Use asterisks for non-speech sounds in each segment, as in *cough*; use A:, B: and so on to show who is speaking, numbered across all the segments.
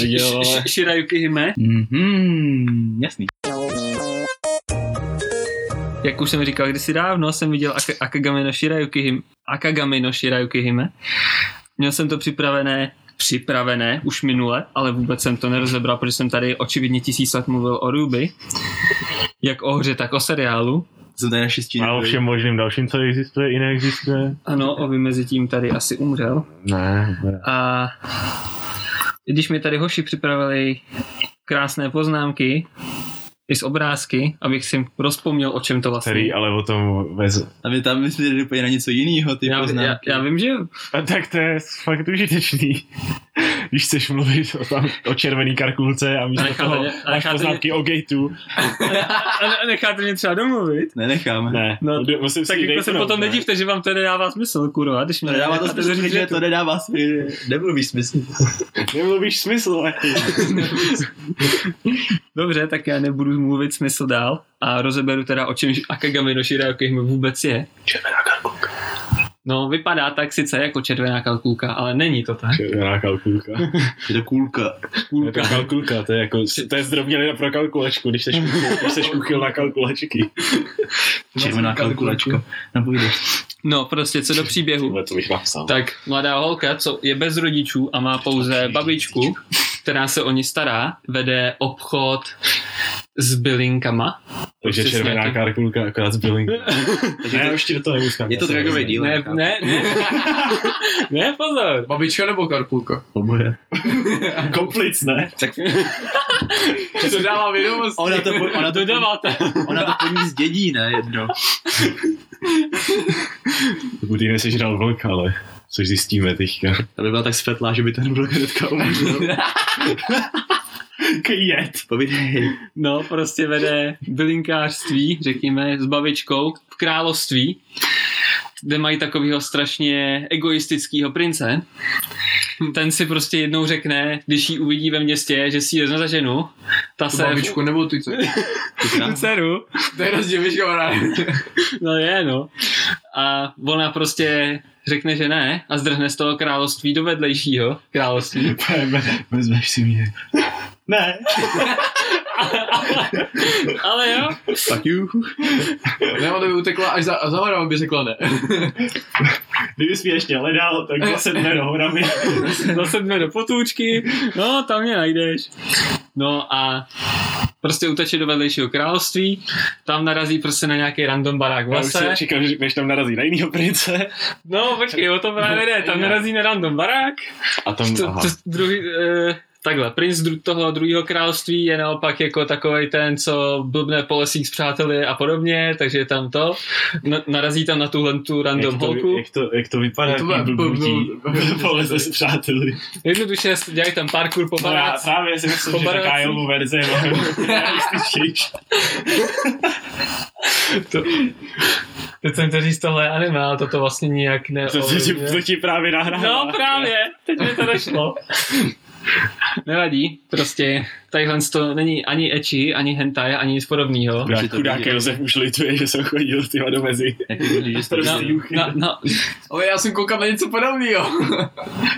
A: viděl, ale...
B: Shirayuki Hime.
A: Mhm, jasný.
B: Jak už jsem říkal kdysi dávno, jsem viděl Ak- Akagame no Shirayuki Hime. Akagame no Shirayuki Hime. Měl jsem to připravené připravené už minule, ale vůbec jsem to nerozebral, protože jsem tady očividně tisíc let mluvil o Ruby, jak o hře, tak o seriálu.
A: Jsem tady na šestině.
C: A o všem možným dalším, co existuje i neexistuje.
B: Ano, o vymezitím tady asi umřel.
C: Ne,
B: A když mi tady hoši připravili krásné poznámky, i z obrázky, abych si rozpomněl, o čem to vlastně
C: který ale o tom vez...
A: A my tam my jsme jeli úplně na něco jiného, ty
B: já, já,
A: poznámky.
B: já vím, že
C: A tak to je fakt užitečný. *laughs* Když chceš mluvit o, tam, o červený karkulce a místo
B: necháte
C: toho
B: mě- a
C: máš
B: necháte
C: poznámky o gateu.
B: a ne- necháte mě třeba domluvit.
A: Nenecháme.
C: Ne,
B: No,
C: jdu- musím
B: Tak
C: jít
B: jako se
C: dejknout,
B: potom
C: ne?
B: nedivte, že vám to nedává smysl, kurva, když
A: To
B: mě
A: nedává to
B: necháte
A: smysl,
B: doříct
A: že
B: větu.
A: to nedává smysl, nemluví smysl.
C: Nemluvíš smysl, ne?
B: Dobře, tak já nebudu mluvit smysl dál a rozeberu teda o čem Akagami no Shirayuki vůbec je.
C: Červená karkulka.
B: No, vypadá tak sice jako červená kalkulka, ale není to tak.
C: Červená kalkulka.
A: Je to kůlka.
C: Je to kalkulka, to je jako, to je zdrobnělina pro kalkulačku, když seš, když seš uchyl na kalkulačky.
A: Červená kalkulačka. Napůjdeš.
B: No, prostě co do příběhu.
C: Tohle to bych napsal.
B: Tak mladá holka, co je bez rodičů a má pouze babičku, která se o ní stará, vede obchod s bylinkama.
C: Takže
B: Prostě
C: červená
B: světlo.
C: karkulka akorát s bylinkou.
A: Takže
C: Ne,
A: to-
C: já už ti do toho nemusím.
A: Je to dragový díl.
B: Ne, ne, *laughs* ne. Ne, pozor.
D: Babička nebo Karkulka?
A: Oboje.
C: Komplic, ne?
A: Tak
D: To dává vědomost.
A: ona to, po- ona to,
B: Dodáváte.
A: ona to po ní zdědí, ne jedno.
C: Pokud ji nesežral vlk, ale což zjistíme teďka.
A: Ta by byla tak svetlá, že by ten byl hnedka umřel.
C: Kjet.
A: Povídej.
B: No, prostě vede bylinkářství, řekněme, s babičkou v království, kde mají takového strašně egoistického prince. Ten si prostě jednou řekne, když ji uvidí ve městě, že si ji za ženu, ta
D: Tu
B: se...
D: babičku nebo tu co?
A: Ty
B: Tu
A: krásná.
B: dceru.
D: To je rozdíl, víš, kamarád.
B: No je, no. A ona prostě řekne, že ne a zdrhne z toho království do vedlejšího království.
A: Vezmeš si mě.
C: Ne.
B: Ale jo,
A: Fuck you.
D: Ne, ona by utekla až za, a za Mara by řekla ne.
C: Kdyby jsi mě ještě hledal, tak zase jdeme do horami.
B: zase jdeme do potůčky, no tam mě najdeš. No a prostě uteče do vedlejšího království, tam narazí prostě na nějaký random barák v
C: Já už
B: lese.
C: jsem čekal, že řekneš, tam narazí na jinýho prince.
B: No počkej, o to právě jde, tam narazí na random barák.
C: A tam,
B: To, to druhý, eh, takhle, princ dru- toho druhého království je naopak jako takovej ten, co blbne po lesích s přáteli a podobně, takže je tam to. Na, narazí tam na tuhle tu random
C: jak to,
B: holku.
C: jak, to, jak to vypadá,
D: Jak to
C: jaký
D: bude-
C: blbnutí.
D: blbnutí.
C: Poleze s přáteli.
B: Jednoduše dělají tam parkour po
C: No já
B: barácích.
C: právě si myslím, že
B: Paparazzi.
C: taká jeho verze je mnohem realističtější.
B: Teď jsem to říct tohle anime, ale toto vlastně nijak ne...
C: To, to, ti, to ti právě nahrává.
B: No právě, teď mi to došlo. *laughs* Nevadí, prostě tadyhle to není ani eči, ani hentai, ani nic podobného.
A: Proč je to
C: Chudák
A: vidět?
C: Josef už lituje, že jsem chodil ty do mezi.
A: Jaký hodí, že jste
C: No.
A: prostě-
C: juchy.
B: na, na,
D: Ale já jsem koukal na něco podobného.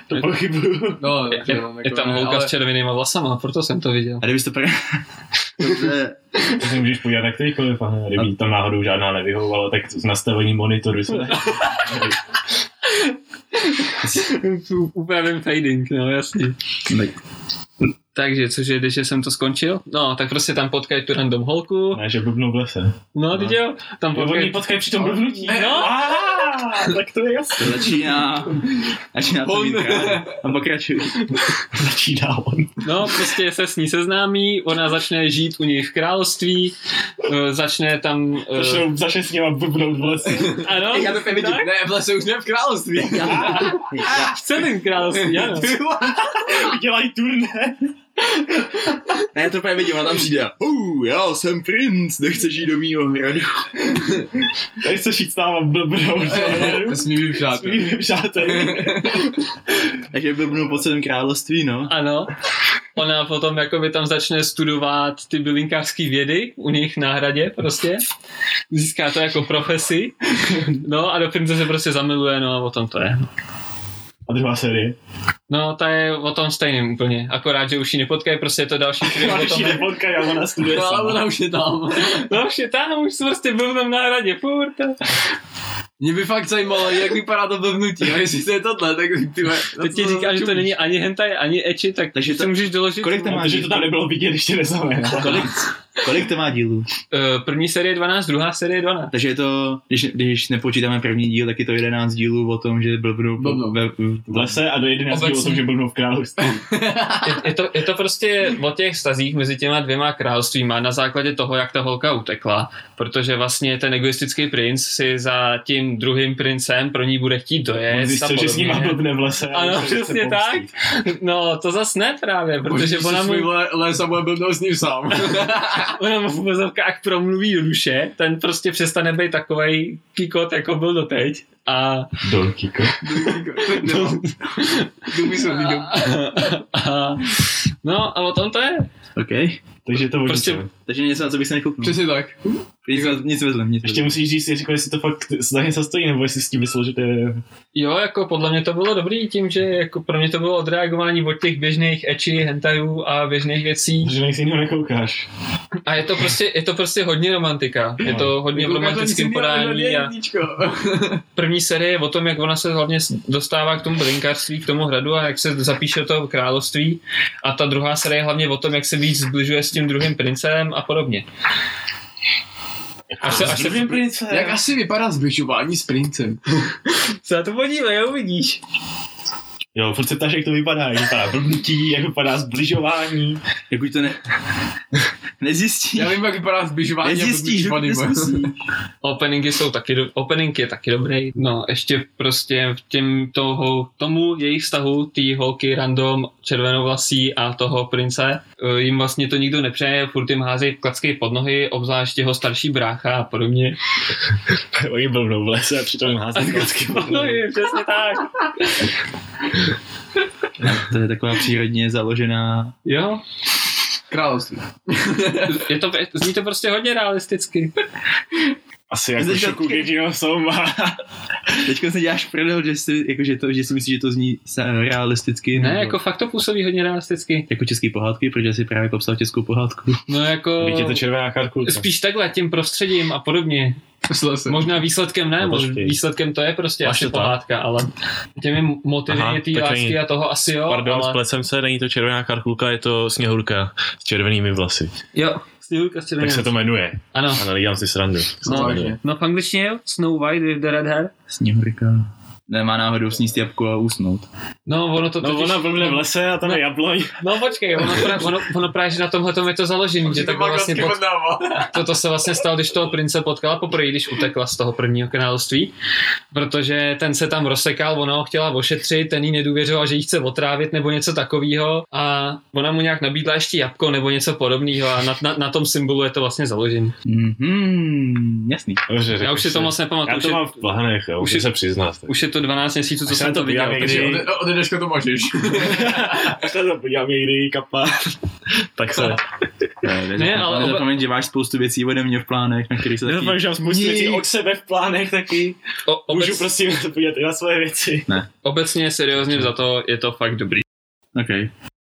C: To pochybuju.
D: No,
B: je,
D: dobře, no,
B: je
D: jako
B: tam
D: ne,
B: holka
D: ale-
B: s červenýma vlasama, proto jsem to viděl.
A: A kdybyste pre... Dobře.
C: To si můžeš podívat na kterýkoliv, pane, kdyby jí tam náhodou žádná nevyhovovala, tak s nastavením monitoru se
B: Upravím fading, no jasný.
A: Tak
B: Takže, cože, když jsem to skončil? No, tak prostě tam potkají tu random holku.
C: Ne, že blbnou v lese.
B: No, teď jo, tam
C: Jo, Oni
B: potkají...
C: potkají při tom blbnutí.
B: No.
C: Ah, tak to je jasné.
A: to začíná. Začíná to
D: On-
A: mít rád. A pokračuj.
C: Začíná on.
B: No, prostě se s ní seznámí, ona začne žít u něj v království, eh, začne tam... eh,
C: *laughs* Začnou, začne s něma blbnout v lese.
B: Ano,
D: Já to fakt vidím.
B: tak?
D: Ne, v lese už ne v království.
B: V celém království, ano.
D: Ty vole.
C: Dělají turné.
A: Ne, já to právě vidím, ona tam přijde. Uh, já jsem princ, nechceš jít do mýho hradu.
C: Tady chceš jít s náma *laughs* blbnout.
D: Smívím
C: S
D: přátel.
C: mými přáteli.
A: Takže byl mnou po celém království, no.
B: Ano. Ona potom jakoby tam začne studovat ty bylinkářské vědy u nich na hradě prostě. Získá to jako profesi. No a do prince se prostě zamiluje, no a o tom to je.
C: A A druhá série.
B: No, ta je o tom stejným úplně. Akorát, že už ji nepotkají, prostě je to další film o
C: Máš
B: tom.
C: ji nepotkají a ona studuje
D: No, ale
C: sama.
D: ona už je tam.
B: No, vše tam, už jsem prostě byl tam na radě, furt.
D: Mě by fakt zajímalo, jak vypadá to blbnutí. A jestli to je tohle, tak ty vole, na
B: Teď
D: co
B: ti říká, že to
D: čumíš?
B: není ani hentai, ani eči, tak
A: Takže
B: Takže
A: to-
B: to... můžeš doložit. no.
A: Kolik to má
C: Protože to tam nebylo vidět ještě nesamé.
A: Kolik, kolik to má dílů?
B: Eh, první série 12, druhá série 12.
A: *laughs* Takže je to, když, když nepočítáme první díl, tak je to 11 dílů o tom, že blbnou po-
D: Blbnou.
A: ve,
D: *laughs*
A: v,
C: V lese a do 11 dílů o tom,
D: Obecně.
C: že blbnou v království.
B: Je, je, to, je to prostě o těch stazích mezi těma dvěma královstvíma na základě toho, jak ta holka utekla, protože vlastně ten egoistický princ si za tím druhým princem pro ní bude chtít
C: On
B: dojet.
C: Zjistil,
B: a
C: že s ním má
B: podobně.
C: blbne v lese. a
B: Ano,
C: musel se
B: přesně tak.
C: pomstít.
B: No, to zas ne právě, protože
D: Bože,
B: ona
D: ona
B: mu,
D: svůj le, les a bude blbnout s ním sám.
B: *laughs* ona mu v uvozovkách promluví do duše, ten prostě přestane být takovej kikot, jako byl doteď. A,
C: Don Kiko.
D: no. Důmyslný dom.
B: a, no a o tom to je.
A: OK.
C: Takže to
B: Prostě-
C: prostě...
A: Takže něco, na co bych se nekouknul.
D: Přesně tak.
A: Nic, nic vezmem, nic
C: Ještě
A: vezmem.
C: musíš říct, jako, jestli to fakt za něco stojí, nebo jestli s tím myslel, že to je...
B: Jo, jako podle mě to bylo dobrý tím, že jako pro mě to bylo odreagování od těch běžných eči, hentajů a běžných věcí.
C: Že na nic jiného nekoukáš.
B: A je to prostě, je to prostě hodně romantika. Je to hodně v
D: Kouká No. Jako to
B: romantickém
D: nic jiného,
B: podání
D: jenom
B: a
D: jedničko.
B: první série je o tom, jak ona se hlavně s- dostává k tomu blinkářství, k tomu hradu a jak se zapíše do toho království. A ta druhá série je hlavně o tom, jak se víc zbližuje s tím druhým princem a podobně. Až se, až se,
C: prince.
A: Eh.
D: Jak asi vypadá zbližování s princem?
B: se na to podívej, uvidíš.
C: Jo, furt se ptáš, jak to vypadá, jak vypadá blbnutí, jak vypadá zbližování.
E: *laughs*
A: Jak už to ne... *laughs* Nezjistí.
D: Já vím, jak vypadá zbližování a
A: Nezjistíš, dokud
D: blbnutí s *laughs*
A: nezkusíš.
B: Openingy jsou taky, do, opening je taky dobrý. No, ještě prostě v těm toho, tomu jejich vztahu, té holky random červenovlasí a toho prince, eh, jim vlastně to nikdo nepřeje, furt jim házejí klacky pod nohy, obzvlášť jeho starší brácha a podobně.
C: Oni blbnou v lese a přitom hází klacky. pod nohy.
B: No, přesně tak.
A: To je taková přírodně založená...
B: Jo,
D: Království.
B: je to, zní to prostě hodně realisticky.
C: Asi jako
A: Zde-
C: šoku, když jiného
E: *laughs*
C: jsou má.
A: Teďka se děláš prdel, že si, jakože to, že si myslíš, že to zní sa- realisticky.
B: Ne,
A: nebo-
B: jako fakt to působí hodně realisticky.
A: jako český pohádky, protože si právě popsal českou pohádku.
B: No jako...
C: Víte, to červená karkulka.
B: Spíš takhle, tím prostředím a podobně.
D: S lesem.
B: Možná výsledkem ne,
C: No,
B: mož,
C: počkej.
B: výsledkem to je prostě
C: Máš
B: asi
C: to tak.
B: pohádka, ale těmi motivy
E: Aha,
B: té
E: tak
B: lásky
E: není.
B: a toho asi jo,
E: Pardon, ale...
B: ale...
E: splecem se, není to červená karkulka, je to sněhurka s červenými vlasy.
B: Jo, Sněhulka s
E: Tak se
B: červeným.
E: to jmenuje.
B: Ano.
E: A nedělám si srandu. Tak se to
B: No,
E: jmenuje.
B: No v angličtině jo, Snow White with the red hair.
A: Sněhurka. Nemá náhodou sníst jabku a usnout.
B: No ono to
C: No
B: totiž...
C: ona blbne v lese a tam je jabloň.
B: No počkej, ono, pra, ono, ono právě, že na tomhle tom je to založený, že
D: Že
B: to
D: to
B: bylo
D: pak
B: vlastně
D: vlastně
B: pod,
D: podává.
B: to, to se vlastně stalo, když toho prince potkala poprvé, když utekla z toho prvního království, protože ten se tam rozsekal, ona ho chtěla ošetřit, ten jí nedůvěřoval, že jí chce otrávit nebo něco takového a ona mu nějak nabídla ještě jabko nebo něco podobného a na, na, na tom symbolu je to vlastně založený.
A: Mhm, jasný.
E: Dobře,
B: Já
E: řekl
B: už si to
E: jsi.
B: moc nepamatuju,
E: Já
B: už
E: to
B: je,
E: mám v plánech, jo,
B: už
E: musím
B: je-
E: se přiznat. tak.
B: už je to 12 měsíců, co
E: Až se
B: jsem
E: na to
B: to viděl.
E: podívám
B: takže-
E: někdy.
D: Ode, ode dneška to můžeš.
C: Až to podívám někdy, kapa.
E: Tak se,
B: Ne, ale oba-
A: Zapomeň, Eh, že máš spoustu věcí ode mě v plánech, na kterých se
C: Já
A: taky...
C: fakt, že mám spoustu věcí od sebe v plánech taky.
B: O,
C: Můžu
B: obec,
E: prostě-
C: *laughs* prosím podívat i na svoje věci.
B: obecně seriózně za to je to fakt dobrý.
A: OK.